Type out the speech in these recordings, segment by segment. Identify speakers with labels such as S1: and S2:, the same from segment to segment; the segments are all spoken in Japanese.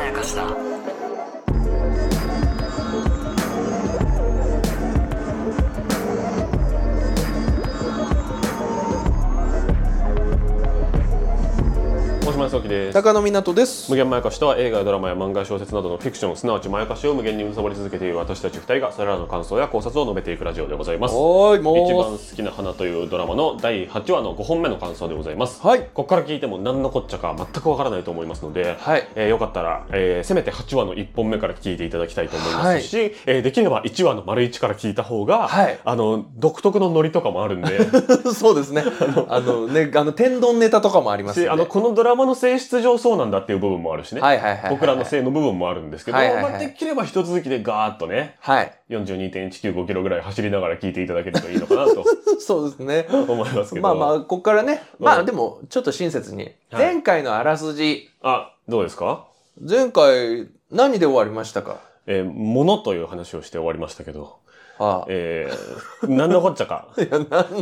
S1: やかしだ
S2: 大島康之です
S3: 高野湊です
S2: 無限まやかしとは映画やドラマや漫画や小説などのフィクションすなわちまやかしを無限に貪り続けている私たち二人がそれらの感想や考察を述べていくラジオでございます
S3: おーい
S2: 一
S3: も
S2: 番好きな花というドラマの第8話の5本目の感想でございます
S3: うはい
S2: ここから聞いても何のこっちゃか全くわからないと思いますので、
S3: はい
S2: えーよかったら、えーせめて8話の1本目から聞いていただきたいと思いますし、えーできれば1話の丸1から聞いた方が、
S3: はい
S2: あの独特のノリとかもあるんで
S3: そうですねあのねあの天丼ネタとかもあります
S2: しあ
S3: よ
S2: の
S3: ね
S2: このドラマの性質上そうなんだっていう部分もあるしね、
S3: はいはいはいはい
S2: 僕らの性の部分もあるんですけど、
S3: はいはいはい
S2: まあ、できれば一続きでガーッとね
S3: はい
S2: 42.195キロぐらい走りながら聞いていただけるといいのかな と
S3: そうですね
S2: 思いますけど
S3: まあまあここからねま
S2: う
S3: あ
S2: ん
S3: でもちょっと親切に
S2: はい
S3: 前回のあらすじ
S2: あどうですか
S3: 前回何で終わりましたか
S2: えー、物という話をして終わりましたけど、
S3: ああ
S2: えー、何のこっちゃか。
S3: いや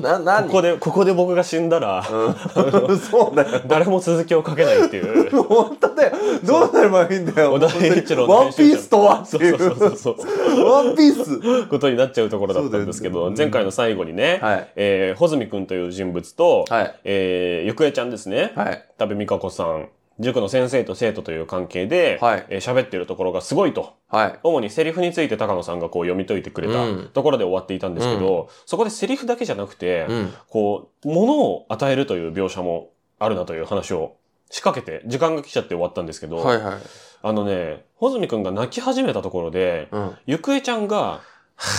S3: なな 何
S2: ここで、ここで僕が死んだら、
S3: そうだよ
S2: 誰も続きを書けないって いう。
S3: 本当だよどうなればいいんだよ
S2: 小田栄一郎の
S3: ワンピースとはって
S2: そう
S3: い
S2: そううそうそうそう。
S3: ワンピース
S2: ことになっちゃうところだったんですけ
S3: そうだ
S2: ど、
S3: よね
S2: 前回の最後にね、
S3: はい
S2: えー、穂積君という人物と、
S3: はい
S2: えーゆくえちゃんですね、
S3: はい
S2: 多部美香子さん、塾の先生と生徒という関係で、
S3: はい
S2: えー喋ってるところがすごいと。
S3: はい
S2: 主にセリフについて高野さんがこう読み解いてくれ
S3: う
S2: た
S3: ん
S2: ところで終わっていたんですけど、そこでセリフだけじゃなくて、
S3: うん
S2: こう、物を与えるという描写もあるなという話を仕掛けて、時間が来ちゃって終わったんですけど、
S3: はいはい
S2: あのね、穂積くんが泣き始めたところで、
S3: うん
S2: ゆくえちゃんが、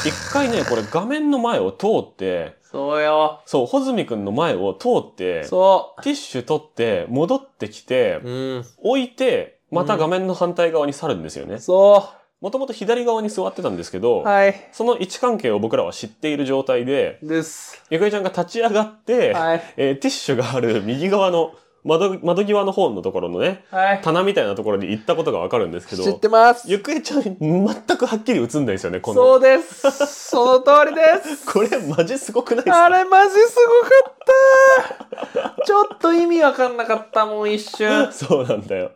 S2: 一回 ね、これ画面の前を通って、
S3: そうよ
S2: そう、穂積くんの前を通って、
S3: そ
S2: ティッシュ取って、戻ってきて、
S3: ううん
S2: 置いて、また画面の反対側に去るんですよね。
S3: そ
S2: もともと左側に座ってたんですけど、
S3: うはい
S2: その位置関係を僕らは知っている状態で、
S3: です
S2: ゆくえちゃんが立ち上がって、
S3: はい
S2: えーティッシュがある右側の窓窓際の方のところのね
S3: はい
S2: 棚みたいなところに行ったことがわかるんですけど
S3: 知ってます
S2: ゆくえちゃん全くはっきり映んないですよねこ
S3: そ
S2: の
S3: うですその通りです
S2: これマジすごくないです
S3: あ
S2: か
S3: れマジすごかったちょっと意味わかんなかったもん一瞬
S2: そうなんだよ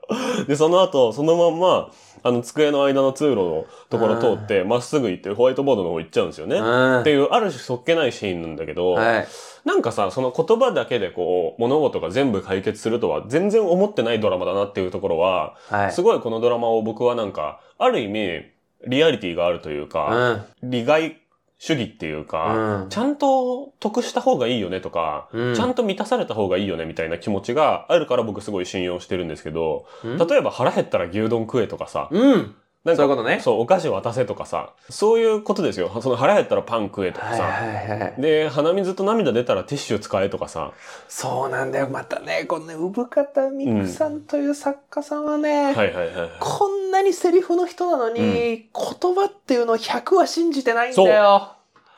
S2: でその後そのまんまあの机の間の通路のところ通ってまっすぐ行ってホワイトボードの方行っちゃうんですよね
S3: うん
S2: っていうある種そっけないシーンなんだけど、
S3: はい
S2: なんかさその言葉だけでこう物事が全部解決するとは全然思ってないドラマだなっていうところは
S3: はい
S2: すごいこのドラマを僕はなんか、ある意味、リアリティがあるというか、利害主義っていうか、
S3: うんうん
S2: ちゃんと得した方がいいよねとか、
S3: うん
S2: ちゃんと満たされた方がいいよねみたいな気持ちがあるから僕すごい信用してるんですけど、
S3: うん
S2: 例えば腹減ったら牛丼食えとかさ、
S3: うん
S2: なん
S3: そう
S2: か
S3: いうことね
S2: そう、お菓子渡せとかさ、そういうことですよ。その腹減ったらパン食えとか
S3: はい
S2: さ、
S3: はいはい
S2: で、鼻水と涙出たらティッシュ使えとかさ、
S3: そうなんだよ。またね、このね、産方美久さんという作家さんはね、
S2: はいはいはい。
S3: こんなにセリフの人なのに、
S2: うん
S3: 言葉っていうのを100は信じてないんだよ。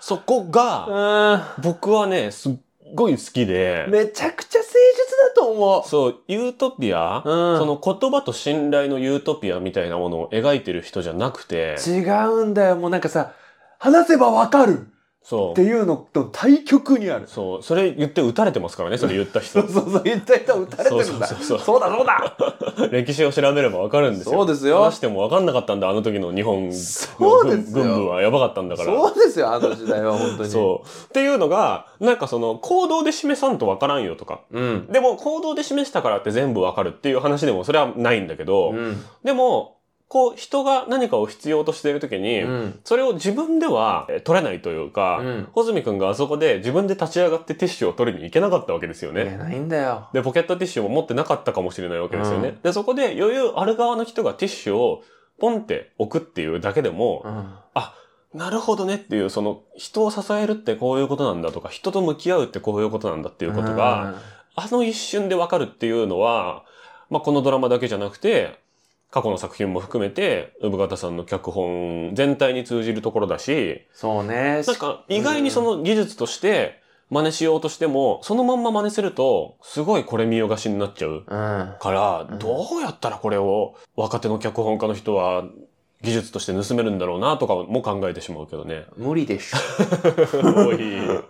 S2: そこ
S3: う
S2: が、僕はね、すっごい好きで
S3: ん。、めちゃくちゃ誠実だと思
S2: そう、ユートピア、
S3: うん
S2: その言葉と信頼のユートピアみたいなものを描いてる人じゃなくて、
S3: う。違うんだよ。もうなんかさ、話せばわかる
S2: そ
S3: って
S2: う、
S3: いうのと対極にある。
S2: そう、それ言って打たれてますからね、それ言った
S3: そ
S2: 人
S3: う。そうそう、言った人は打たれてるんだ。
S2: そうそうそう
S3: そ
S2: うそう
S3: だそうだ
S2: 歴史を調べればわかるんですよ。
S3: そうですよ
S2: 話してもわかんなかったんだ、あの時の日本
S3: そう
S2: の
S3: で
S2: 軍
S3: すよ
S2: 軍部はやばかったんだから。
S3: そうですよ、あの時代は本当に。
S2: そうっていうのが、なんかその行動で示さんとわからんよとか。
S3: う。うん。
S2: でも行動で示したからって全部わかるっていう話でもそれはないんだけど、
S3: うん。
S2: でも、こう人が何かを必要としている時に、
S3: うん。
S2: それを自分ではえー取れないというか、
S3: うん
S2: 穂積君があそこで自分で立ち上がってティッシュを取りに行けなかったわけですよ
S3: いや
S2: ね。
S3: ないんだよ。
S2: で、ポケットティッシュも持ってなかったかもしれないわけですよね。
S3: うん
S2: で、そこで余裕ある側の人がティッシュをポンって置くっていうだけでも、
S3: うん。
S2: なるほどねっていう、その人を支えるってこういうことなんだとか、人と向き合うってこういうことなんだっていうことが、
S3: うん、
S2: あの一瞬でわかるっていうのは、まあ、このドラマだけじゃなくて、過去の作品も含めて、産方さんの脚本全体に通じるところだし、
S3: そうね。
S2: なんか意外にその技術として真似しようとしても、そのまんま真似すると、すごいこれ見よがしになっちゃう
S3: うん。
S2: から、
S3: うん
S2: どうやったらこれを若手の脚本家の人は技術として盗めるんだろうなとかも考えてしまうけどね。
S3: 無理でしょ。
S2: おい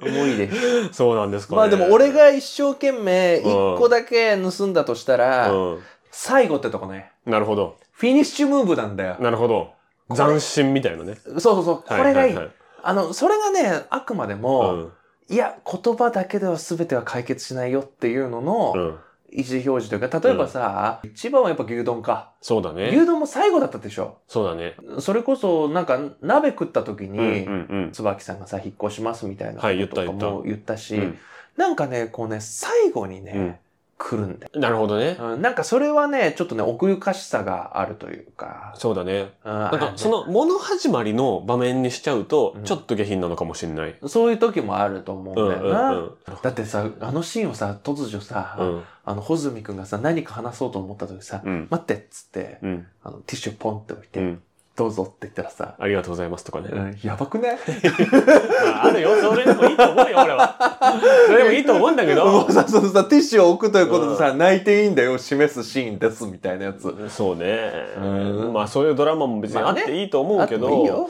S3: 無理でし
S2: そうなんですかね。
S3: まあでも俺、が一生懸命一個だけ盗んだとしたら、
S2: うん、
S3: 最後ってとこね。
S2: なるほど。
S3: フィニッシュムーブなんだよ。
S2: なるほど。
S3: これ
S2: 斬新みたいなね。
S3: そうそうそう。これがいい。
S2: はは
S3: あの、それがね、あくまで
S2: は
S3: も、いや、言葉だけでは全ては解決しないよっていうの
S2: うん。
S3: の
S2: うん。
S3: 意思表示というか、例えばさ、一番はやっぱ牛丼か。
S2: そうだね。
S3: 牛丼も最後だったでしょ。
S2: そうだね。
S3: それこそ、なんか、鍋食った時
S2: うんうん
S3: に、椿さんがさ、引っ越しますみたいな
S2: はい言った
S3: とかも言った
S2: う
S3: し、
S2: んうん。
S3: なんかね、こうね、最後にね、
S2: うん
S3: 来るんだよ、
S2: なるほどね。
S3: うん。なんかそれはね、ちょっとね、奥ゆかしさがあるというか。
S2: そうだね。
S3: うん
S2: なんか
S3: あね
S2: その物始まりの場面にしちゃうと
S3: う、ん
S2: ちょっと下品なのかもしれない。
S3: そういう時もあると思うん
S2: うんう
S3: だ
S2: ん
S3: よ
S2: う
S3: な。
S2: ん。
S3: だってさ、あのシーンをさ、突如さ、
S2: うん
S3: あの、穂積君がさ、何か話そうと思った時さ、
S2: うん。
S3: 待ってっつって、
S2: うん。
S3: あの、ティッシュポンって置いて、
S2: うん。
S3: どうぞって言ったらさ、
S2: ありがとうございますとかね。
S3: うんやばくない
S2: あるよ。それでもいいと思うよ、俺は。 それでもいいと思うんだけ
S3: も
S2: ど
S3: う。さ、そのさ、ティッシュを置くということでさ、泣いていいんだよを示すシーンです、みたいなやつ。
S2: そうね
S3: う。ん
S2: まあそういうドラマも別に
S3: ま
S2: あ
S3: あ
S2: っ
S3: ね
S2: ていいと思
S3: あ
S2: う
S3: っ
S2: け
S3: て
S2: ど。
S3: もいいよ。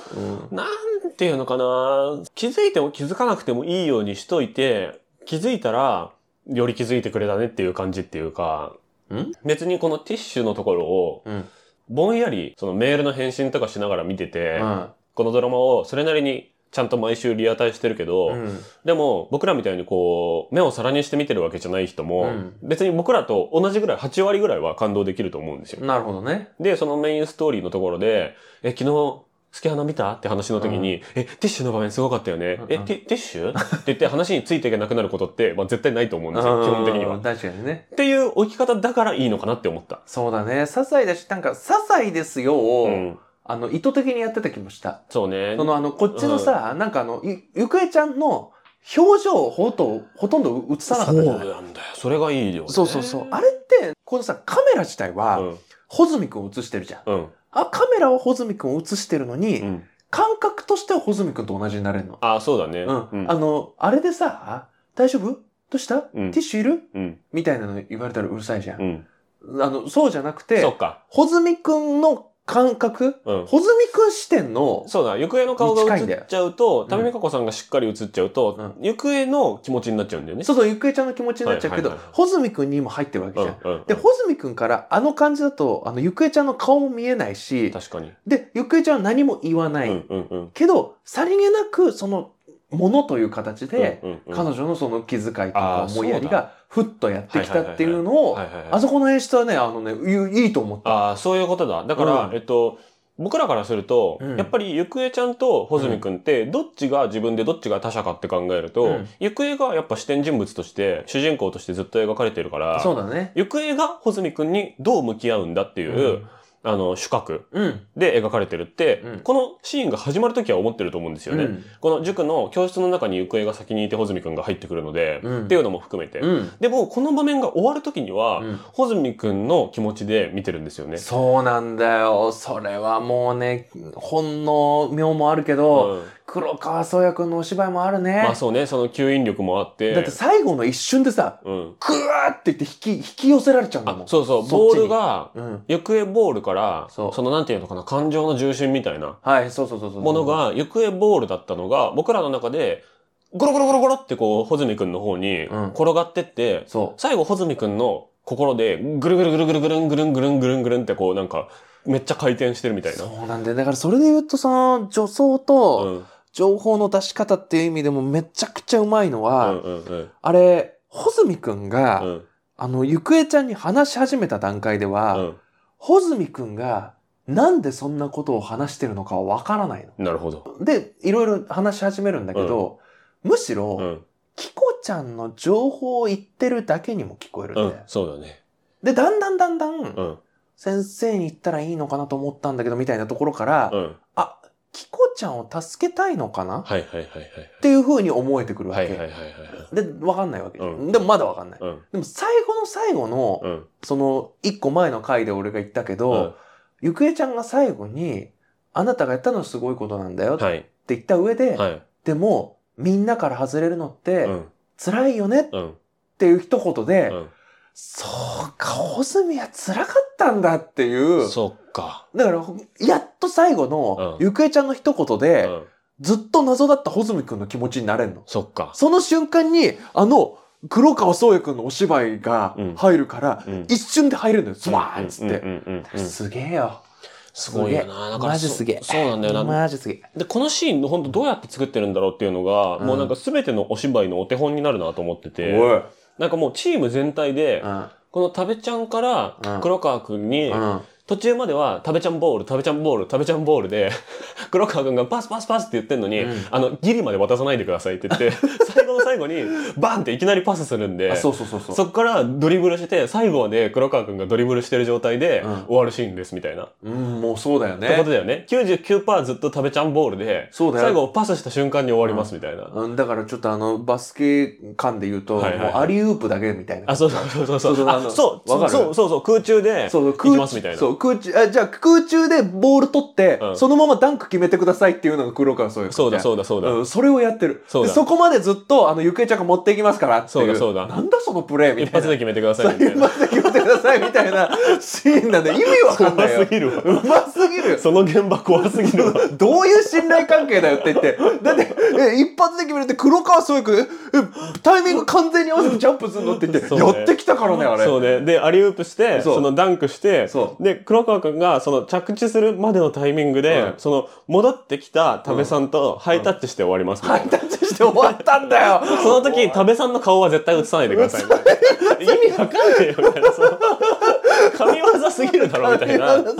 S3: うん
S2: なんていうのかな気づいても気づかなくてもいいようにしといて、気づいたら、より気づいてくれたねっていう感じっていうか、
S3: ん
S2: 別にこのティッシュのところを、
S3: うん。
S2: ぼんやり、そのメールの返信とかしながら見てて、
S3: う
S2: このドラマをそれなりにちゃんと毎週リアタイしてるけど、
S3: ん。
S2: でも僕らみたいにこう、目を皿にして見てるわけじゃない人も、
S3: うん
S2: 別に僕らと同じぐらい、8割ぐらいは感動できると思うんですよ。
S3: うん。なるほどね。
S2: で、そのメインストーリーのところで、え、昨日、月花見たって話の時に、え、ティッシュの場面すごかったよね
S3: うん。
S2: え、ティティッシュ って言って話についていけなくなることって、まあ絶対ないと思うんですよ、基本的には。
S3: うん
S2: っ
S3: 確かにね。
S2: ていう置き方だからいいのかなって思った。
S3: そうだね。些細だし、なんか、些細ですよを、
S2: うん。
S3: あの、意図的にやってた気もした。
S2: そうね。
S3: そのあの、こっちのさ、なんかあの、ゆ、ゆくえちゃんの表情をほと、ほとんど映さなか
S2: そ
S3: っ
S2: う
S3: たじゃない
S2: なんだよ。それがいいよ、ね。
S3: そうそうそう。あれって、このさ、カメラ自体は、穂積くんを映してるじゃん。
S2: うん。うん。
S3: あ、カメラは穂積くんを映してるのに、
S2: うん。
S3: 感覚としては穂積くんと同じになれるの。
S2: あ、そうだね。
S3: うん。
S2: うん
S3: あ。の、あれでさ、大丈夫どうした、
S2: うん
S3: ティッシュいる
S2: うん。
S3: みたいなの言われたらうるさいじゃん。
S2: うん。
S3: あの、そうじゃなく
S2: そ
S3: て
S2: っ、か。
S3: 穂積くんの感覚、
S2: うん。
S3: 穂積くん視点の、
S2: そうだ、行方の顔が映っちゃうと、
S3: ん
S2: タミミカコさんがしっかり映っちゃうと、行方の気持ちになっちゃうんだよね。
S3: そうそう、ゆくえちゃんの気持ちになっちゃうけど
S2: はいはいはい、
S3: 穂積くんにも入ってるわけじゃん。
S2: うんうん。
S3: で、穂積くんからあの感じだと、あの、ゆくえちゃんの顔も見えないし、
S2: 確かに。
S3: で、ゆくえちゃんは何も言わない。
S2: うんうんうん。
S3: けど、さりげなく、その、ものという形で、
S2: うんうんうん
S3: 彼女のその気遣いと
S2: あー
S3: か思いやりが、ふっとやってきたっていうのを
S2: はい、はいはい
S3: あそこの演出はね、あのね、ゆいいと思った。
S2: ああ、そういうことだ。だから、
S3: うん
S2: えっと、僕らからすると、
S3: うん
S2: やっぱり、ゆくえちゃんと穂積くんって、どっちが自分でどっちが他者かって考えると、
S3: うん
S2: ゆくえがやっぱ視点人物として、主人公としてずっと描かれてるから、
S3: そうだね。
S2: ゆくえが穂積くんにどう向き合うんだっていう、あの、主角
S3: うん。
S2: で描かれてるって、
S3: うん
S2: このシーンが始まるときは思ってると思うんですよね。
S3: うん
S2: この塾の教室の中にゆくえが先にいて穂積くんが入ってくるので、
S3: うん
S2: っていうのも含めて。
S3: うん。
S2: でも、この場面が終わるときには、
S3: うん
S2: 穂積くんの気持ちで見てるんですよね。
S3: そうなんだよ。それはもうね、ほんの妙もあるけど、
S2: うん
S3: 黒川宗也くんのお芝居もあるね。
S2: まあそうね、その吸引力もあって。
S3: だって最後の一瞬でさ、
S2: うん。
S3: グワーって言って引き、引き寄せられちゃうんだ
S2: あ
S3: もん。、
S2: そうそう、
S3: そっ
S2: ボ
S3: ち
S2: ー
S3: に
S2: ルが、
S3: うん。
S2: 行方ボールから、
S3: そ
S2: そうのなんていうのかな、感情の重心みたいな
S3: はい、そうそうそうそう。
S2: もの、が、行方ボールだったのが、僕らの中で、ゴロゴロゴロゴロってこう、穂積くんの方に
S3: うん
S2: 転がってって、
S3: そ
S2: 最後穂積くんの心で、ぐるぐるぐるぐるぐるんぐるんぐるんぐるんぐるんってこう、なんか、めっちゃ回転してるみた
S3: う。
S2: いな。
S3: そうなんだよ。だからそれで言うとさ、女装
S2: う
S3: と
S2: ん。
S3: 情報の出し方っていう意味でもめちゃくちゃうまいの
S2: う
S3: は、
S2: んうんうん。
S3: あれ、穂積くんが、
S2: うん。
S3: あの、ゆくえちゃんに話し始めた段階では、
S2: うん。
S3: 穂積くんが、なんでそんなことを話してるのかはわからない
S2: なるほど。
S3: の。で、いろいろ話し始めるんだけど、むしろ、
S2: うん。
S3: キコちゃんの情報を言ってるだけにも聞こえるんだ
S2: う
S3: よ。
S2: ん。そうだね。
S3: で、だんだんだんだん、
S2: うん。
S3: 先生に言ったらいいのかなと思ったんだけど、みたいなところから、
S2: うん。
S3: あ、キコちゃんを助けたいのかなっ
S2: はいはいはい
S3: ていう風に思えてくるわ
S2: は
S3: け。
S2: い。はいはいはいはいはい。
S3: で、わかんないわけ、
S2: うん
S3: でもまだわかんない。
S2: うん。
S3: でも最後の最後の、
S2: うん。
S3: その、一個前の回で俺が言ったけど、ゆくえちゃんが最後に、あなたがやったのはすごいことなんだよって
S2: はい。
S3: 言った上で、
S2: はい。
S3: でも、みんなから外れるのって
S2: う、ん。
S3: 辛いよねっ
S2: うん。
S3: ていう一言で、
S2: うん。
S3: そうか、ホズミは辛かったんだっていう。
S2: そっか。
S3: だから、やっと最後の、
S2: うん
S3: ゆくえちゃんの一言
S2: う
S3: で、
S2: ん。
S3: ずっと謎だったホズミくんの気持ちになれんの。
S2: そっか。
S3: その瞬間に、あの、黒川宗也くんのお芝居が
S2: うん
S3: 入るから、
S2: うん
S3: 一瞬で入れるんだよ。ズバーンっつっ
S2: う
S3: て。
S2: んうんうんうん
S3: すげえよ。
S2: すごいよな。だから
S3: マジすげえ
S2: そそうなんだよな。
S3: マジすげえ。
S2: で、このシーン、本当どうやって作ってるんだろうっていうのが、
S3: うん
S2: もうなんか全てのお芝居のお手本になるなと思ってて、
S3: おい。
S2: なんかもうチーム全体で
S3: う、ん。
S2: この食べちゃんから
S3: うん
S2: 黒川くんに、
S3: うん。
S2: 途中までは食べちゃんボール、食べちゃんボール、食べちゃんボール で、黒川くんがパスパスパスって言ってんのに、
S3: うん
S2: あの、ギリまで渡さないでくださいって言って、最後の最後に、バンっていきなりパスするんで、
S3: あ、そうそうそうそう。
S2: そっからドリブルして、最後まで黒川くんがドリブルしてる状態で
S3: うん
S2: 終わるシーンですみたいな。
S3: うん、もうそうだよ
S2: ってこと
S3: ね。
S2: だよね。99%ずっと食べちゃんボールで、
S3: そうだよ。
S2: 最後パスした瞬間に終わりますみたいな。
S3: うん、だからちょっとあの、バスケ感で言うと、
S2: はいはいはい
S3: もうアリウープだけみたいな。
S2: あ、そうそうそうそう
S3: そうそ
S2: そうう。
S3: あの
S2: あ、そう、
S3: わかる
S2: そうそうそう、空中で、
S3: そう
S2: 行きますみたいな
S3: そう、空中、あじゃあ空中でボール取って、
S2: うん
S3: そのままダンク決めてくださいっていうのが黒川そういう。
S2: そうだそうだそうだ。
S3: うん、それをやってる。
S2: そう
S3: で
S2: だ
S3: そこまでずっと、あの、ゆくえちゃんが持っていきますからっていう。
S2: そうだそうだ
S3: なんだそのプレーみ
S2: 一
S3: たい
S2: 発
S3: な。
S2: で決めてくださ
S3: そ
S2: いみた
S3: う
S2: い
S3: 一
S2: な。
S3: 発で決めてくださいみたいなシーンなんで意味わかんな
S2: 怖
S3: い
S2: す。
S3: よ
S2: ぎるわ。
S3: うますぎるよ。
S2: その現場怖すぎるわ。
S3: どういう信頼関係だよって言って。だって、え、一発で決めるって黒川そういうくん、え、タイミング完全に合わせてジャンプするのって言って、
S2: そうね
S3: やってきたからね、あ れ。
S2: そうね。で、アリウープして、
S3: そう
S2: そのダンクして
S3: そ、
S2: で、黒川くんが、その着地するまでのタイミング
S3: うん
S2: で、その、戻ってきた多部さんとハイタッチして終わりますみたい
S3: ハ
S2: な。
S3: イタッチして終わったんだよ。
S2: その時、多部さんの顔は絶対映さないでくださいみたいな。 意味わかんねえよ、みたいな。その神業すぎるだろ、みたいなこ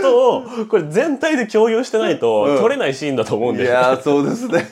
S2: とを、これ全体で共有してない
S3: うん
S2: と、撮れないシーンだと思うん
S3: い
S2: で。い
S3: やー、そうですね。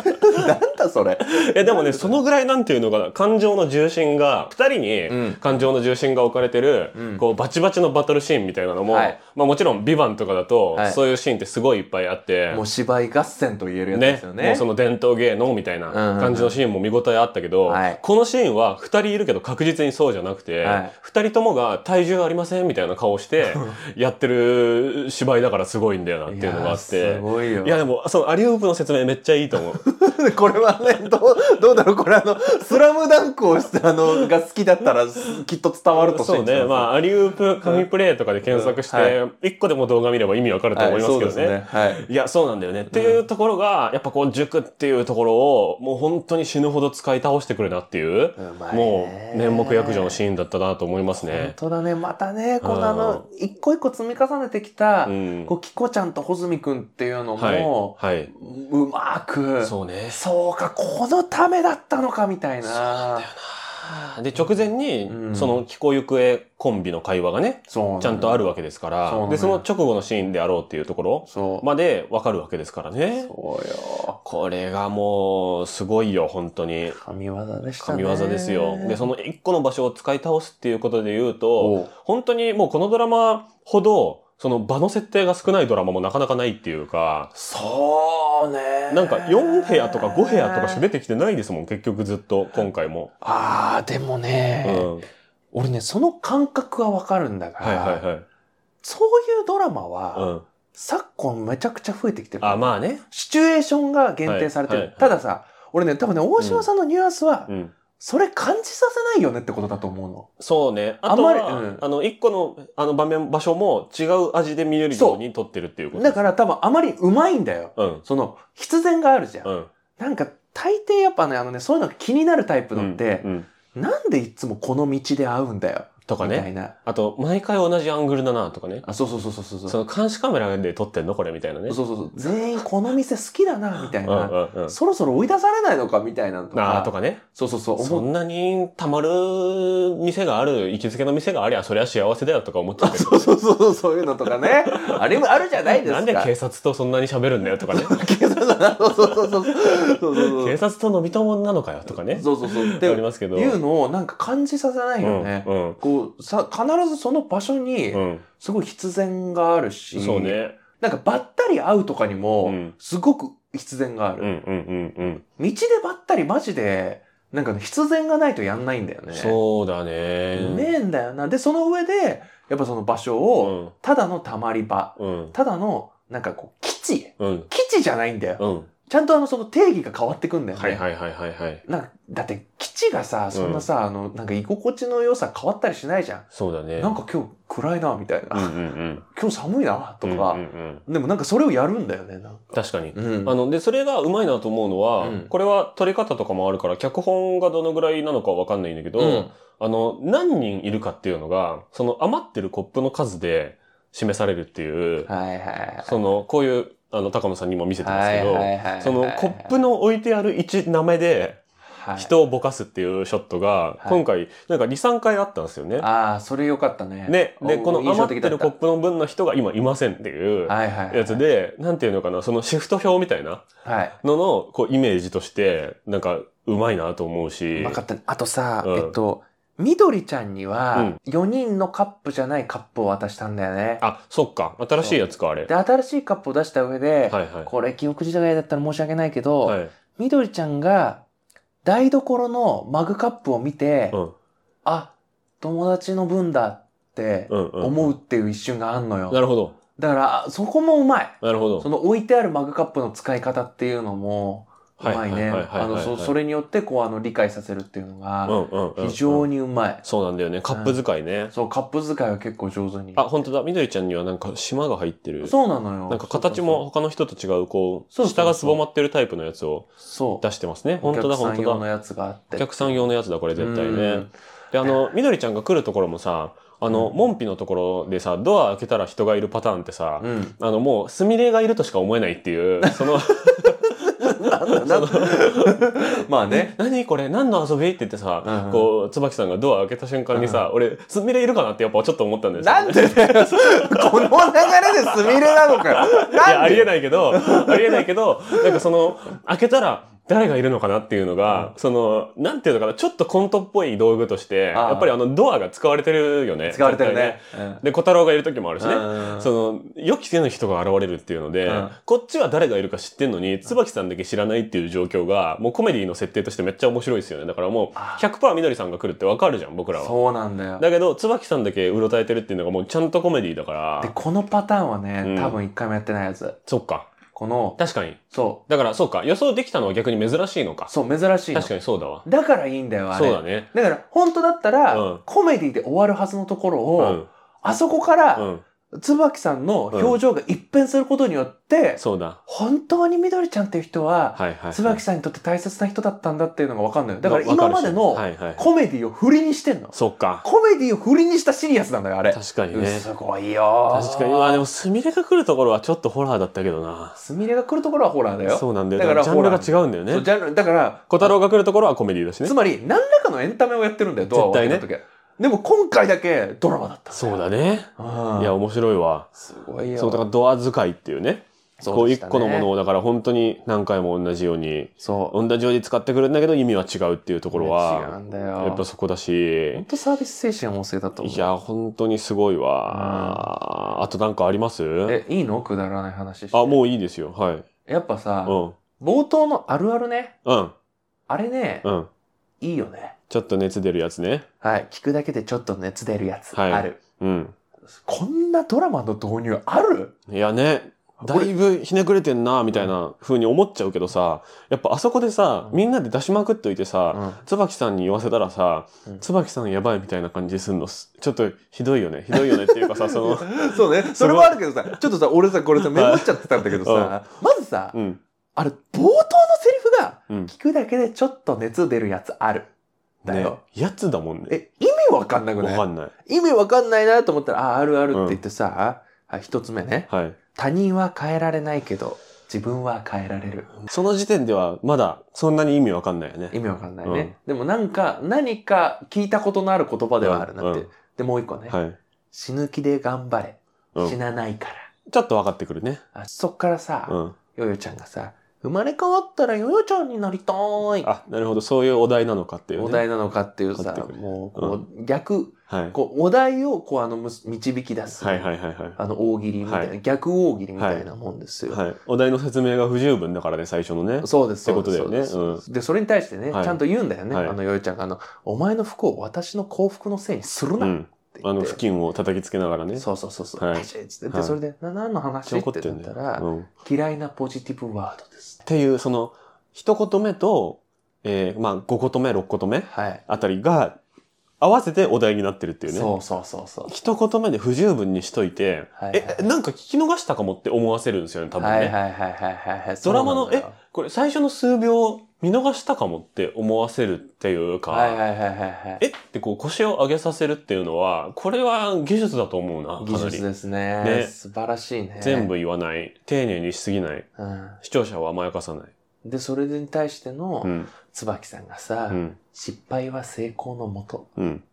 S3: なんだそれ。
S2: や、でもね、そのぐらいなんていうのかな、感情の重心が、二人
S3: うん
S2: に感情の重心が置かれてる、
S3: うん
S2: こう、バチバチのバトルシーンみたいなのも、
S3: はい
S2: まあもちろん、ビバンとかだと
S3: はい、
S2: そういうシーンってすごいいっぱいあって、
S3: もう芝居合戦と言えるやつで
S2: ね
S3: すよ
S2: も
S3: ね。
S2: うその伝統芸能みたいな感じのシーンも見応えあったけど、
S3: はい
S2: このシーンは2人いるけど確実にそうじゃなくて、
S3: はい
S2: 2人ともが体重ありませんみたいな顔して やってる芝居だからすごいんだよなっていうのがあって。
S3: い
S2: い
S3: やー
S2: や
S3: すごいよ。
S2: でもそのアリウープの説明めっちゃいいと思う
S3: これはね、どう、どうだろうこれあの、スラムダンクをしたあの、が好きだったら、すきっと伝わると
S2: そうねま
S3: あ、
S2: あアリウープ神プレイとかで検索して、
S3: うん
S2: 1個でも動画見れば意味わかると思いますけどね,、
S3: はいそうですね。はい。
S2: いや、そうなんだよね。っていうところが、やっぱこう、塾っていうところを、もう本当に死ぬほど使い倒してくるなっていう、
S3: うまいね
S2: もう、面目役女のシーンだったなと思います
S3: 本
S2: ね。
S3: 当だね。またね、このあの、一個一個積み重ねてきた、
S2: うん
S3: こ。う、キコちゃんと穂積くんっていうの
S2: はい。
S3: も、
S2: はい。
S3: うまく、
S2: そうね。
S3: そうか、このためだったのか、みたいな。
S2: で、直前に、
S3: うん
S2: その、気候行方コンビの会話がね、
S3: そう
S2: ちゃんとあるわけ
S3: け。
S2: ですか
S3: そうな
S2: ら、
S3: のよ
S2: で、その直後のシーンであろうっていうところ
S3: そう。
S2: までわかるわけですからね。
S3: そうよ。
S2: これがもう、すごいよ、本当に。
S3: 神業でしたね。
S2: 神業ですよ。で、その一個の場所を使い倒すっていうことで言うと、
S3: おう
S2: 本当にもうこのドラマほど、その場の設定が少ないドラマもなかなかないっていうか、
S3: そうね。
S2: なんか4部屋とか5部屋とかしか出てきてないですもん、結局ずっと、今回も。
S3: ああ、でも
S2: う
S3: ね、
S2: ん。はい
S3: 俺ね、その感覚はわかるんだが、
S2: はいはい。
S3: そういうドラマ
S2: う
S3: は、
S2: ん。
S3: 昨今めちゃくちゃ増えてきてる。
S2: あ、まあね。
S3: シチュエーションが限定されてる。
S2: はいはい
S3: たださ、俺ね、多分ね、大島さんのニュアンスは、
S2: うん。
S3: それ感じさせないよねってことだと思うの。
S2: そうね。
S3: あ
S2: あ
S3: ん
S2: と
S3: ま
S2: は、
S3: り
S2: あ
S3: うん
S2: の、一個の、あの場面、場所も違う味で見れるように撮ってるっていうこと
S3: だから多分あまりうまいんだよ。
S2: ら、うん。
S3: その、必然があるじゃん。
S2: うん。
S3: なんか、大抵やっぱね、あのね、そういうのが気になるタイプのって
S2: う、ん。
S3: なんでいつもこの道で会うんだよ。
S2: とか
S3: みたい
S2: ね。
S3: な。
S2: あと、毎回同じアングルだな、とかね。
S3: あ、そうそうそうそうそうそう。
S2: その監視カメラで撮ってんのこれみたいなね。
S3: そうそうそう。全員この店好きだな、みたい
S2: うん
S3: な。
S2: うんうん。
S3: そろそろ追い出されないのか、みたいなのと
S2: あ
S3: か。
S2: ーとかね。
S3: そうそうそう。
S2: そ
S3: 思うん
S2: なにたまる店がある、行きつけの店がありゃ、そりゃ幸せだよとか思っちゃうけど。
S3: そうそうそう、そういうのとかね。あれもあるじゃないですか。
S2: なんで警察とそんなに喋るんだよとかね。
S3: 警察だそうそうそうそう。そうそうそう
S2: 警。察と飲み友なのかよとかね。
S3: そうそうそう。っ
S2: あり
S3: て
S2: ますけど。
S3: いうのをなんか感じさせないよね。
S2: うん。
S3: こう、さ、必ずその場所に
S2: う、ん。
S3: すごい必然があるし、
S2: そうね。
S3: なんかばったり会うとかに
S2: う
S3: も、
S2: ん。
S3: すごく必然があ
S2: うんう
S3: る。
S2: んうん
S3: 道でばったりマジで、なんかね、必然がないとやんないんだよ
S2: う
S3: ね。
S2: ん。そうだね。
S3: うめえんだよな。で、その上で、やっぱその場所
S2: う
S3: を、
S2: ん。
S3: ただのたまり場、
S2: うん。
S3: ただの、なんかこう、基地、
S2: うん。
S3: 基地じゃないんだよ。
S2: うん。
S3: ちゃんとあの、その定義が変わってくんだよね。
S2: はいはいはいはいはい。
S3: なんかだって、基地がさ、そんなさ、あの、なんか居心地の良さ変わったりしないじゃ
S2: そうだね。
S3: ん。なんか今日暗いな、みたいな。
S2: うんうんうん。
S3: 今日寒いな、と
S2: うん
S3: か
S2: う。んうん
S3: でもなんかそれをやるんだよね、なんか。
S2: 確かに。
S3: うん
S2: あの、で、それがうまいなと思うのは、
S3: うん
S2: これは撮り方とかもあるから、脚本がどのぐらいなのかわかんないんだけど、
S3: うん
S2: あの、何人いるかっていうのが、その余ってるコップの数で示されるっていう、
S3: はいはい。
S2: その、こういう、あの、高野さんにも見せてます
S3: は
S2: け
S3: い
S2: ど、
S3: はいはい。
S2: そのコップの置いてある位置なめで
S3: はい、
S2: 人をぼかすっていうショットが
S3: はい
S2: 今回なんか23回あったんですよね。
S3: ああ、それ良かったね。
S2: ね、で
S3: お
S2: この
S3: 印象
S2: 余
S3: 的
S2: って
S3: だった
S2: るコップの分の人が今いませんっていう
S3: はいはいはい。
S2: やつでなんていうのかなそのシフト表みたいな
S3: はい。
S2: ののこうイメージとしてなんかうまいなと思うし
S3: 分かった。あとさ、
S2: うん
S3: えっと、みどりちゃんに
S2: う
S3: は
S2: ん、
S3: 4人のカップじゃないカップを渡したんだよね。
S2: あそっか新しいやつかあれ。
S3: で、新しいカップを出した上で、
S2: はいはい
S3: これ記憶違いだったら申し訳ないけど、
S2: はい
S3: みどりちゃんが台所のマグカップを見て、
S2: うん
S3: あ、友達の分だって
S2: うんうん
S3: 思うっていう一瞬があんのよ。
S2: なるほど
S3: だから、そこもうまい。
S2: なるほ
S3: そ
S2: ど。
S3: の置いてあるマグカップの使い方っていうのも、うまいね。あの、そ、そ
S2: れ
S3: れによって、こう、あの、理解させるっていうのが、非
S2: 非
S3: 常にうまい。
S2: そうなんだよねカップ使いね。
S3: そう、カップ使いは結構上手に。
S2: あ、本当だ。みどりちゃんにはなんか島が入ってる。
S3: そうなのよ。
S2: なんか形も他の人と違う、こ
S3: そう
S2: う、
S3: そうそ
S2: 下
S3: う
S2: がすぼまってるタイプのやつを
S3: そうそうそう、そ
S2: 出
S3: う。
S2: してますね。本当だ、
S3: お
S2: 本
S3: 客さん用
S2: 当
S3: の
S2: だ。
S3: やつがあって。
S2: お客さん用のやつだ、これ絶対
S3: う
S2: ね
S3: ん。
S2: で、あの、みどりちゃんが来るところもさ、あの、門扉のところでさ、ドア開けたら人がいるパターンってさ、
S3: うん。
S2: あの、もう、すみれがいるとしか思えないって いう、その、
S3: なんだ、なんだ。 まあね。
S2: 何これ何の遊びって言って
S3: うんう
S2: さ
S3: ん、
S2: こう、椿さんがドア開けた瞬間にさ、俺、すみれいるかなってやっぱちょっと思ったんですよ。
S3: なんでだよ。この流れですみれなのかよ。
S2: いや、
S3: な
S2: あ
S3: ん
S2: りえ
S3: で
S2: ないけど、 ありえないけど、なんかその、開けたら、誰がいるのかなっていうのが、その、なんていうのかな、ちょっとコントっぽい道具として、
S3: ああ
S2: やっぱりあの、ドアが使われてるよね。
S3: 使われてるね
S2: 絶。対ね。で、小太郎がいる時もあるしね
S3: うん。
S2: その、予期せぬ人が現れるっていうので
S3: うん、
S2: こっちは誰がいるか知ってんのに、椿さんだけ知らないっていう状況が、もうコメディの設定としてめっちゃ面白いですよね。だからもう、100%みどりさんが来るってわかるじゃん、僕らは。
S3: そうなんだよ。
S2: だけど、椿さんだけうろたえてるっていうのがもうちゃんとコメディだから、
S3: で、このパターンは
S2: う
S3: ね、
S2: ん
S3: 多分一回もやってないやつ。
S2: そっか。
S3: この、
S2: 確かに。
S3: そ
S2: だからそうか予想できたのは逆に珍しいのか
S3: う、そう、珍しいの
S2: 確。かにそうだわ
S3: だからいいんだよ、あれ。
S2: そうだね
S3: だから、本当だったら、
S2: うん
S3: コメディで終わるはずのところ
S2: う
S3: を、
S2: ん、
S3: あそこから、
S2: うん、
S3: 椿さんの表情が一変することによって、
S2: そうだ
S3: 本当にみどりちゃんっていう人は、
S2: はいはい、はい、
S3: 椿さんにとって大切な人だったんだっていうのが分かるのよ。だから
S2: わ
S3: 今
S2: る
S3: ま
S2: し
S3: での
S2: はいはい、
S3: コメディを振りにしてんの。
S2: そっか
S3: コメディを振りにしたシリアスなんだよ、あれ。
S2: 確かにね
S3: すごいよ。
S2: 確かにまあでもスミレが来るところはちょっとホラーだったけどな
S3: すみれが来るところはホラーだよ。
S2: そうなんだよ
S3: だ
S2: だ
S3: か
S2: かららジャンルが違うんだよ
S3: そう
S2: ね
S3: ジャンルだから、
S2: 小太郎が来るところはコメディだしね
S3: つまり、何らかのエンタメをやってるんだよ、ドアを開けた時は。でも今回だけドラマだった。
S2: そうだね
S3: うん
S2: いや面白いわ
S3: すごいよ。
S2: そうだからドア使いっていうねこう一個のもの
S3: を。
S2: をだから本当に何回も同じように
S3: そう。
S2: 同じように使ってくるんだけど意味は違うっていうところ
S3: 違う
S2: は
S3: んだよ。
S2: やっぱそこだし
S3: 本当サービス精神旺盛だと思う。
S2: いや、本当にすごいわ。あとなんかあります
S3: え、いいのくだらない話して。
S2: あ、もういいですよ。はい。
S3: やっぱさ、
S2: うん。
S3: 冒頭のあるあるね。
S2: うん。
S3: あれね、
S2: うん。
S3: いいよね。
S2: ちょっと熱出るやつね。
S3: はい。聞くだけでちょっと熱出るやつ。
S2: はい
S3: ある。
S2: うん。
S3: こんなドラマの導入ある
S2: いやね、だいぶひねくれてんな、みたいな風に思っちゃうけどさ、やっぱあそこでさ、みんなで出しまくっといて
S3: う
S2: さ、
S3: ん
S2: 椿さんに言わせたらさ
S3: うん、
S2: 椿さんやばいみたいな感じすんの、すちょっとひどいよね。ひどいよねっていう かさ、その、
S3: そうね。それもあるけどさ、ちょっとさ、俺さ、これさ、メモっちゃってたんだけどさ、まずさ
S2: う、ん。
S3: あれ、冒頭のセリフが、
S2: うん。
S3: 聞くだけでちょっと熱出るやつある。だ
S2: ね
S3: よ。。
S2: やつだもんね。
S3: え、意味わかんなく
S2: わ
S3: ない
S2: かんない。
S3: 意味わかんないなと思ったら、あ、あるあるって言ってさ、あ一つ目ね。
S2: はい。
S3: 他人は変えられないけど、自分は変えられる。
S2: その時点では、まだ、そんなに意味わかんないよね。
S3: 意味わかんないね。でもなんか、何か聞いたことのある言葉ではあるなって。
S2: うんうん
S3: で、もう一個ね、
S2: はい。
S3: 死ぬ気で頑張れ。
S2: うん
S3: 死なないから。
S2: ちょっと分かってくるね。
S3: あそっからさ、
S2: うん。
S3: ヨヨちゃんがさ、生まれ変わったらヨヨちゃんになりたい。
S2: あ、なるほど。そういうお題なのかっていうね。
S3: お題なのかっていうさ
S2: 分かって、くる
S3: もう、こう、逆、
S2: はい。
S3: こう、お題を、こう、あの、むす導き出す。
S2: はいはいはいは
S3: あの、大喜利みたいな、
S2: は
S3: 逆大喜利みたいなもんです
S2: い。
S3: よ。
S2: はい。お題の説明が不十分だからね、最初のね。
S3: そうです、
S2: って
S3: そう
S2: こ
S3: で
S2: と
S3: す。
S2: だよね
S3: そうですで、それに対してね、
S2: はい
S3: ちゃんと言うんだよね。
S2: はい
S3: あの、ヨヨちゃんが、あの、お前の不幸を私の幸福のせいにするなっ
S2: ん。
S3: て
S2: あ
S3: 言
S2: の
S3: っ
S2: 付
S3: て。
S2: 近を叩きつけながらね
S3: そうそうそうそう。
S2: はい
S3: パチッつって、で
S2: はい
S3: それで、な何の話ってなったら、
S2: うんっ
S3: 嫌いなポジティブワードです。
S2: ていうその一言目と、えーまあ、5言目6言目
S3: はい。
S2: あたりが合わせてお題になってるっていうね
S3: そうそうそうそう。
S2: 一言目で不十分にしといて、
S3: はいはい
S2: えなんか聞き逃したかもって思わせるんですよね多分ね、
S3: はいはいはいはいはいはい。
S2: ドラマの
S3: そうなんだよ
S2: これ最初の数秒見逃したかもって思わせるっていうか、
S3: はいはいはいはいはい。
S2: えってこう腰を上げさせるっていうのはこれは技術だと思うなか
S3: 技
S2: な
S3: 術
S2: り
S3: ですね
S2: ね
S3: 素晴らしいね。
S2: 全部言わない丁寧にしすぎない
S3: うん。
S2: 視聴者を甘やかさない、
S3: で、それに対しての、
S2: うん
S3: 椿さんがさ、
S2: うん
S3: 失敗は成功のもと。
S2: うん、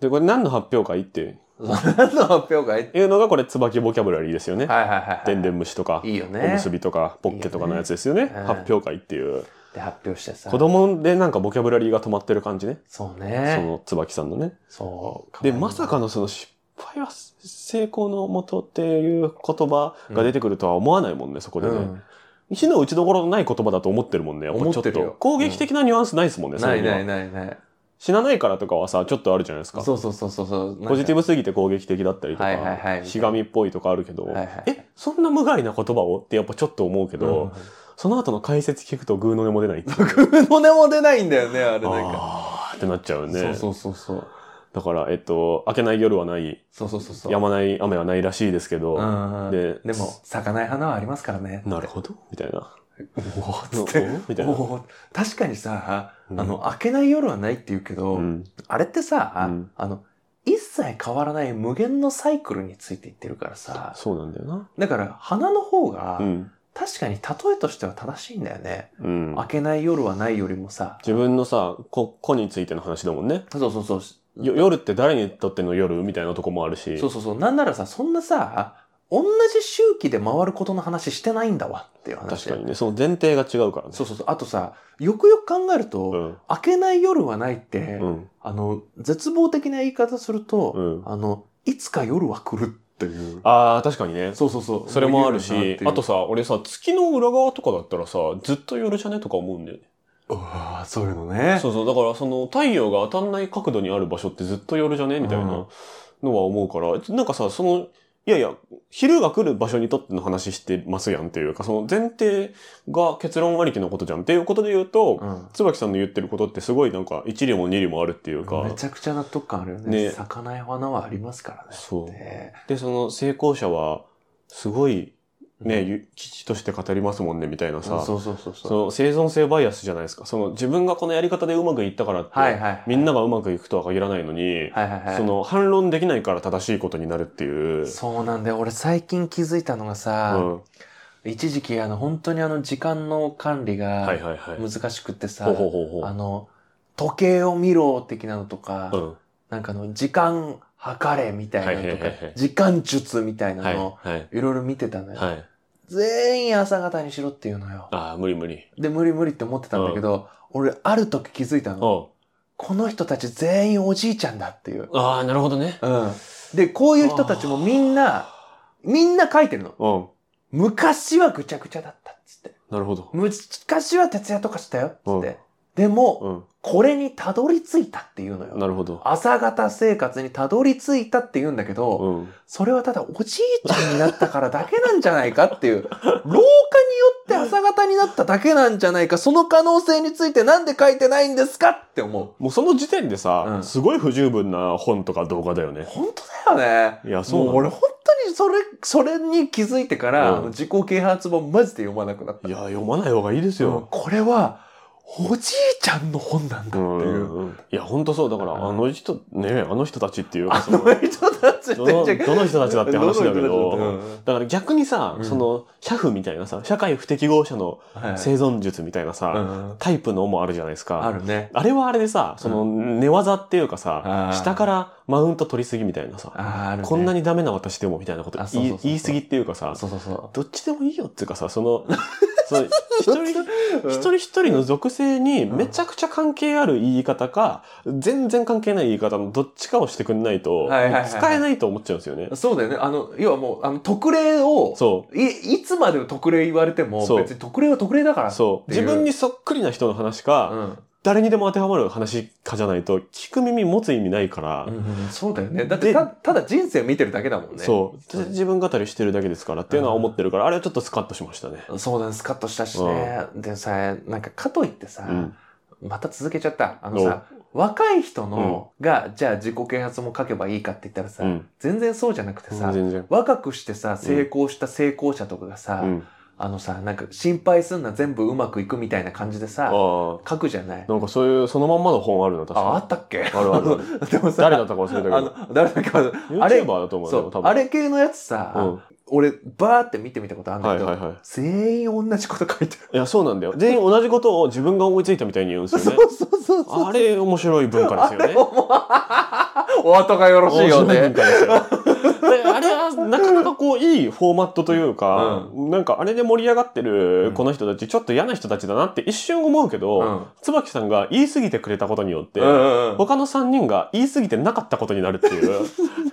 S2: でこれ何の発表会って
S3: 何の発表会って。
S2: いうのがこれ椿ボキャブラリーですよね
S3: はいはいはい、はい。
S2: でんでん虫とか
S3: いいよね。
S2: おむすびとかポッケとかのやつですよね
S3: いいよねうん
S2: 発表会っていう
S3: で発表してさ。
S2: 子供でなんかボキャブラリーが止まってる感じね
S3: そう
S2: そ
S3: ね。
S2: の椿さんのね
S3: そう。
S2: で、まさかのその失敗は成功のもとっていう言葉が出てくるとは思わないもんね、そこで
S3: う
S2: ね。
S3: ん、
S2: 火の打ちどころのない言葉だと思ってるもんね、やぱちょ
S3: 思ってるよ
S2: 攻撃的なニュアンスないですもんね、そ
S3: な
S2: れ
S3: い
S2: には
S3: ないないない。
S2: 死なないからとかはさ、ちょっとあるじゃないですか。
S3: そうそうそうそうそう。
S2: ポジティブ
S3: ブ。
S2: すぎて攻撃的だったりと
S3: はいはいは
S2: か、
S3: い
S2: ひがみっぽいとかあるけど
S3: はいはい、
S2: え、そんな無害な言葉をってやっぱちょっと思うけ
S3: うん
S2: ど、その後の解説聞くとグーの音も出ないっていう。
S3: 胸も出ないん だよね、あれなんか。
S2: あーってなっちゃう
S3: そ
S2: ね
S3: う。そうそうそう。
S2: だから、えっと、明けない夜はない、
S3: そうそうそうそう。
S2: 止まない雨はないらしいですけど、
S3: うんうん
S2: で
S3: でも、咲かない花はありますからね。
S2: なるほどみたいな。
S3: おー っつって
S2: おーみたいな
S3: おー確かにさ、
S2: うん
S3: あの、明けない夜はないって言うけど、
S2: うん
S3: あれってさ、
S2: うん
S3: あの、一切変わらない無限のサイクルについて言ってるからさ、
S2: そうなんだよな。
S3: だから花の方が
S2: う、ん。
S3: 確かに例えとしては正しいんだよね。
S2: うん。
S3: 明けない夜はないよりもさ、
S2: 自分のさ、こ、子についての話だもんね。
S3: そうそうそう、
S2: よ夜って誰にとっての夜みたいなとこもあるし。
S3: そうそうそう、なんならさ、そんなさ、同じ周期で回ることの話してないんだわっていう
S2: 確
S3: 話で。
S2: かにね。その前提が違うからね。
S3: そうそうそう。あとさ、よくよく考えると、
S2: うん。
S3: 明けない夜はないって、
S2: うん。
S3: あの、絶望的な言い方すると、
S2: う
S3: あの、いつか夜は来るっていう。
S2: ああ、確かにね。
S3: そうそうそう。
S2: それもあるし、あと
S3: さ、
S2: さ、俺さ、月の裏側とかだったらさ、ずっと夜じゃねとか思うんだよね。
S3: ああ、そういうのね。
S2: そうそう、だからその太陽が当たんない角度にある場所ってずっと夜じゃねみたいなのは思うから、なんかさ、その、いやいや、昼が来る場所にとっての話してますやんっていうか、その前提が結論ありきのことじゃんっていうことで言うと、
S3: うん。
S2: 椿さんの言ってることってすごいなんか一理も二理もあるっていう
S3: め
S2: か、
S3: ちゃくちゃ納得感あるよね。
S2: ね
S3: 咲かない花はありますからね。
S2: そう。
S3: ね
S2: で、その成功者は、すごいね、ゆ基地として語りますもんねみたいな
S3: そう
S2: さ、
S3: そうそうそう。
S2: その生存性バイアスじゃないですか。その自分がこのやり方でうまくいったからって、
S3: はいはい。
S2: みんながうまくいくとは限らないのに、
S3: はいはいはい。
S2: その反論できないから正しいことになるっていう。
S3: そうなんだよ。俺最近気づいたのがさ、
S2: ん、
S3: 一時期あの、本当にあの、時間の管理
S2: はい
S3: が
S2: はいはい。
S3: 難しくってさ
S2: ほう、ほうほうほ
S3: あ
S2: う。
S3: の、時計を見ろ的なのとか、
S2: うん
S3: なんかあの、時間測れみたいなのと
S2: は
S3: か
S2: いはいはいはい、
S3: 時間術みたいな
S2: はい
S3: のを
S2: はい
S3: いろいろ見てたのよ。
S2: はい。
S3: 全員朝方にしろっていうのよ。
S2: ああ無理無理。
S3: で、無理無理って思ってたんだけど、俺ある時気づいたの。
S2: お
S3: この人たち全員おじいちゃんだっていう。
S2: ああなるほどね。
S3: うん。で、こういう人たちもみんな、みんな書いてるの。
S2: うん
S3: 昔はぐちゃぐちゃだったっつって。
S2: なるほど。
S3: 昔は徹夜とかしたよっつっ
S2: うん
S3: て。でも、
S2: う
S3: これにたどり着いたっていうのよ
S2: ん。。なるほど。
S3: 朝方生活にたどり着いたって言うんだけど、
S2: うん。
S3: それはただおじいちゃんになったからだけなんじゃないかっていう、老化によって朝方になっただけなんじゃないか、その可能性についてなんで書いてないんですかって思
S2: もうその時点でさ、
S3: うん
S2: すごい不十分な本とか動画だよ
S3: う。
S2: ね。
S3: 本当だよね。
S2: いやそう
S3: も
S2: な
S3: うん俺本当にそれ、それに気づいてから、
S2: うん
S3: あの自己啓発本マジで読まなくなった。
S2: いや読まない方がいいです
S3: うん
S2: よ。
S3: これは、おじいちゃんの本なんだ
S2: う
S3: っ
S2: ん
S3: て
S2: う
S3: い
S2: ん
S3: う。
S2: うんいや本当そうだから、
S3: うん
S2: あの人ねあの人たちっていうか
S3: あ
S2: その
S3: の人たちって
S2: どのどの人たちだって話だけど。
S3: どの人たちだって
S2: だから逆にさ、
S3: うん
S2: その、社夫みたいなさ、社会不適合者の
S3: うんはい
S2: 生存術みたいなさ、
S3: うん
S2: タイプのもあるじゃないですか。
S3: あるね。
S2: あれはあれでさ、その寝技っていうか
S3: あ
S2: さ、
S3: ー
S2: 下からマウント取りすぎみたいなさ、
S3: あーあるね。
S2: こんなにダメな私でもみたいなこと
S3: あそうそ
S2: 言い
S3: うそうそう
S2: 言いすぎっていうかさ、
S3: そうそうそ
S2: どっちでもいいよっていうかさ、その、 その一人
S3: う。
S2: 一人一人の属性にめちゃくちゃ関係ある言い方か、全然関係ない言い方のどっちかをしてくんないと、
S3: はいはいはいはい
S2: 使えないと思っちゃうんですよね。
S3: そうだよね。あの、要はもう、あの、特例を、
S2: そう。
S3: い、いつまでも特例言われても
S2: そ、う
S3: 別に特例は特例だから。
S2: そう。
S3: ってい
S2: 自
S3: う
S2: 分にそっくりな人の話
S3: う
S2: か、
S3: ん。
S2: 誰にでも当てはまる話かじゃないと、聞く耳持つ意味ないから、
S3: そうだよね。だってた、ただ人生を見てるだけだもんね。
S2: そう
S3: そう
S2: 自分語りしてるだけですからっていうのは思ってるから、あれはちょっとスカッとしましたね。
S3: そうだね、スカッとしたしね。でさ、なんかかといってさ、
S2: うん
S3: また続けちゃった。あのさ、若い人のが、じゃあ自己啓発も書けばいいかって言ったらさ、
S2: うん。
S3: 全然そうじゃなくてさ、
S2: 全然。
S3: 若くしてさ、成功した成功者とかがさ、
S2: うん。
S3: あのさ、なんか心配すんな全部うまくいくみたいな感じで
S2: あ
S3: さ、
S2: あ。
S3: 書くじゃない。
S2: なんかそういう、そのまんまの本あるな、確
S3: あ、あ
S2: か
S3: ったっけ
S2: に。あるあるある。
S3: でもさ、
S2: 誰だったか忘れたけ
S3: あ
S2: ど。
S3: の、誰だっけ忘れあれ
S2: YouTuber だと思う
S3: そ
S2: よ、多
S3: う、
S2: 分。
S3: あれ系のやつさ、
S2: うん。
S3: 俺、バーって見てみたことあるんだ
S2: はい
S3: けど、
S2: はいはい。
S3: 全員同じこと書 いてる。
S2: いや、そうなんだよ。全員同じことを自分が思いついたみたいに言うんです
S3: そ
S2: よね。
S3: うそうそうそう。
S2: あれ、面白い文化ですよね。
S3: お後がよろしいよ
S2: 面白い文
S3: ね。
S2: 化ですよであれは、なかなかこう、いいフォーマットというか、なんかあれで盛り上がってるこの人たち、ちょっと嫌な人たちだなって一瞬思うけど、
S3: うん
S2: 椿さんが言い過ぎてくれたことによって、
S3: うんうん
S2: 他の3人が言い過ぎてなかったことになるっていう。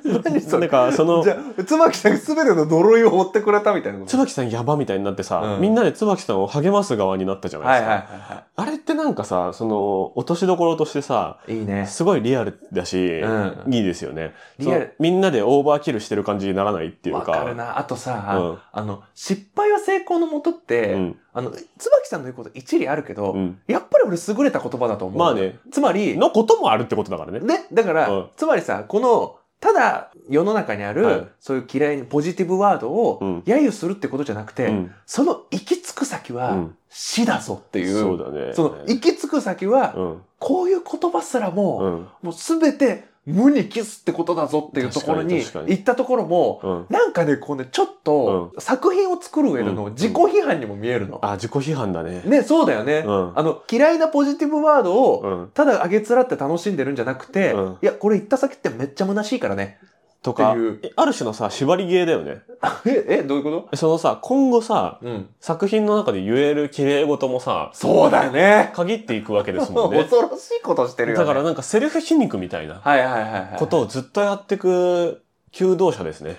S3: 何そ
S2: なん
S3: れ。
S2: か、その
S3: じ、ゃあ、椿さんが全ての呪いを負ってくれたみたいなこと。
S2: 椿さんやばみたいになってさ、
S3: うん
S2: みんなで椿さんを励ます側になったじゃない
S3: は
S2: で
S3: い
S2: す
S3: は
S2: か。
S3: いは
S2: あれってなんかさ、その、落としどころとしてさ、
S3: いはい。いいね。
S2: すごいリアルだし、
S3: う
S2: いいですよね。
S3: リアル
S2: そのみんなでオーバーキルしてる感じにならないっていう
S3: わ
S2: か。
S3: かるな。あとさ、
S2: うん
S3: あの、失敗は成功のもとって、
S2: うん
S3: あの、椿さんの言うこと一理あるけど、
S2: うん
S3: やっぱり俺優れた言葉だと思う。
S2: まあ。ね、
S3: つまり、
S2: のこともあるってことだからね。
S3: ね、だから、
S2: うん
S3: つまりさ、この、ただ世の中にある、
S2: はい
S3: そういう嫌いなポジティブワード
S2: う
S3: を
S2: ん
S3: 揶揄するってことじゃなくて、
S2: うん
S3: その行き着く先は、
S2: うん
S3: 死だぞっていう。
S2: そうだね。
S3: その行き着く先は、
S2: うん
S3: こういう言葉すら
S2: う
S3: も、
S2: ん
S3: もうすべて無にキスってことだぞっていうところに
S2: 確かに確かに
S3: 行ったところも、
S2: うん
S3: なんかね、こうね、ちょっと、作品を作る上での
S2: うん
S3: 自己批判にも見えるの。
S2: あ、自己批判だね。
S3: ね、そうだよね。
S2: うん
S3: あの、嫌いなポジティブワードを、
S2: うん
S3: ただあげつらって楽しんでるんじゃなくて、
S2: うん
S3: いや、これ行った先ってめっちゃ虚しいからね。
S2: とか
S3: っていう、
S2: えある種のさ、縛りゲーだよね。
S3: え、え、どういうこ
S2: そのさ、今後さ、
S3: とうん。
S2: 作品の中で言える綺麗事もさ、
S3: そうだよね。
S2: 限っていくわけです もんね。
S3: 恐ろしいことしてるよ、ね。
S2: だからなんかセルフ皮肉みたいな
S3: はいはいはいはい。
S2: ことをずっとやってく求道者ですね。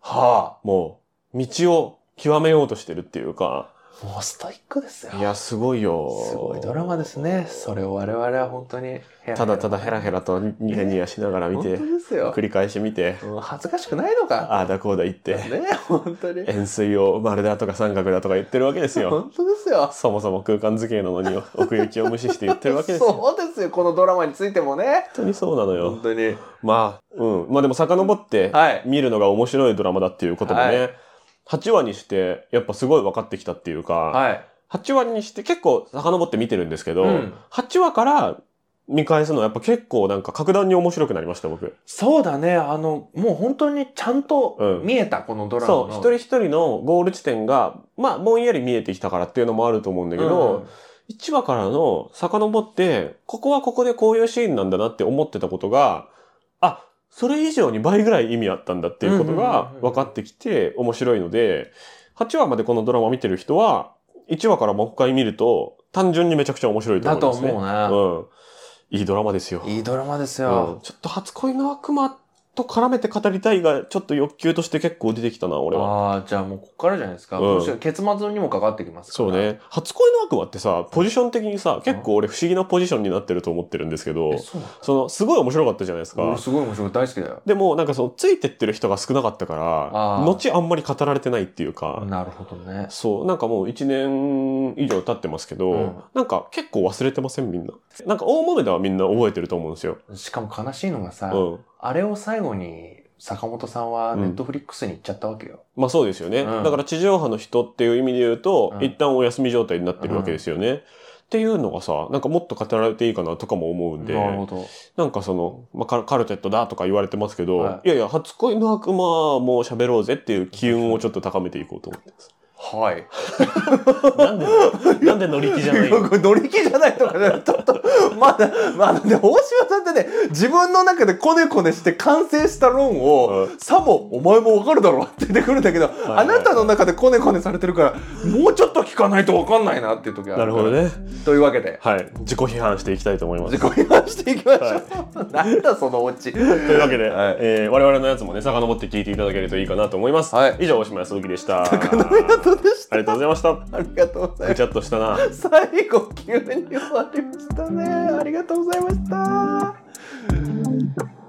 S3: は
S2: もう、道を極めようとしてるっていうか、
S3: あ。もうストイックですよ。
S2: いや、すごいよ。
S3: すごいドラマですね。それを我々は本当にヘラヘラ。
S2: ただただヘラヘラとニヤニヤしながら見
S3: 本
S2: て
S3: 当、ですよ
S2: 繰。り返し見て、
S3: もう恥ずかしくないのか。
S2: ああだこうだ言って、
S3: ね本当に。
S2: 円錐を丸だとか三角だとか言ってるわけですよ。
S3: 本当ですよ。
S2: そもそも空間図形なのに奥行きを無視して言ってるわけですよ。本
S3: そうですよ。このドラマについてもね。
S2: 当にそうなのよ
S3: 本。当に。
S2: まあ、うん。まあでも遡って
S3: はい、
S2: 見るのが面白いドラマだっていうことも
S3: は
S2: ね、8話にして、やっぱすごい分かってきたっていうか、
S3: はい。
S2: 8話にして結構遡って見てるんですけど
S3: うん、
S2: 8話から見返すのはやっぱ結構なんか格段に面白くなりました、僕。
S3: そうだね。あの、もう本当にちゃんと
S2: うん
S3: 見えた、このドラマ
S2: そ
S3: の。
S2: う、一人一人のゴール地点が、まあ、ぼんやり見えてきたからっていうのもあると思うんだけど、1話からの遡って、ここはここでこういうシーンなんだなって思ってたことが、あ、それ以上に倍ぐらい意味あったんだっていうこと
S3: うんうんうん
S2: が
S3: うん
S2: 分かってきて面白いので、8話までこのドラマ見てる人は、1話からもう一回見ると、単純にめちゃくちゃ面白いと
S3: だと
S2: 思います、ね。
S3: 思うな。
S2: うん。いいドラマですよ。
S3: いいドラマです
S2: うん
S3: よ。
S2: ちょっと初恋の悪魔と絡めて語りたいが、ちょっと欲求として結構出てきたな、俺は。
S3: ああ、じゃあもうここからじゃないですか。
S2: うん
S3: むしろ結末にもかかってきますか
S2: そ
S3: ら。
S2: う。ね。初恋の悪魔ってさ、ポジション的にさ、結構俺不思議なポジションになってると思ってるんですけど
S3: え、、そうなの
S2: その、すごい面白かったじゃないです
S3: 俺
S2: か。
S3: すごい面白い。大好きだよ。
S2: でも、なんかその、ついてってる人が少なかったから
S3: あー、
S2: 後あんまり語られてないっていうか、
S3: なるほどね。
S2: そう、なんかもう1年以上経ってますけど、
S3: うん
S2: なんか結構忘れてません、みんな。なんか大豆ではみんな覚えてると思うんですよ。
S3: しかも悲しいのがさ、
S2: うん。
S3: あれを最後に坂本さんはネットフリックスに行っちゃったわけよ。
S2: まあそうですよね。
S3: うん
S2: だから地上波の人っていう意味で言うと、
S3: うん
S2: 一旦お休み状態になってるわけですよね。っていうのがさ、なんかもっと語られていいかなとかも思うんで、
S3: なるほど。
S2: なんかその、まあ、カルカルテットだとか言われてますけど、、
S3: はい
S2: やいや、初恋の悪魔も喋ろうぜっていう機運をちょっと高めていこうと思ってます。
S3: はい。
S2: なんで、なんで乗り気じゃない
S3: これ 乗り気じゃないとかね、ちょっと、まだ、まあ、で、大島さんってね、自分の中でこねこねして完成した論を、
S2: う
S3: さも、お前もわかるだろって出てくるんだけど、
S2: い
S3: あなたの中でこねこねされてるから、もうちょっと聞かないとわかんないなっていう時は
S2: なるほど。ね。
S3: というわけで、
S2: はい。自己批判していきたいと思います。
S3: 自己批判していきましょう。なんだそのオチ。
S2: というわけで、
S3: はい
S2: えー我々のやつもね、遡って聞いていただけるといいかなと思います。
S3: はい
S2: 以上、おしまい鈴木でした。
S3: ありがとトでし
S2: あ
S3: た。
S2: りがとうございました。
S3: ありがとうござ
S2: ぐ
S3: いま
S2: ちゃっとしたな。
S3: す。最後、急に終わりましたね。ありがとうございました。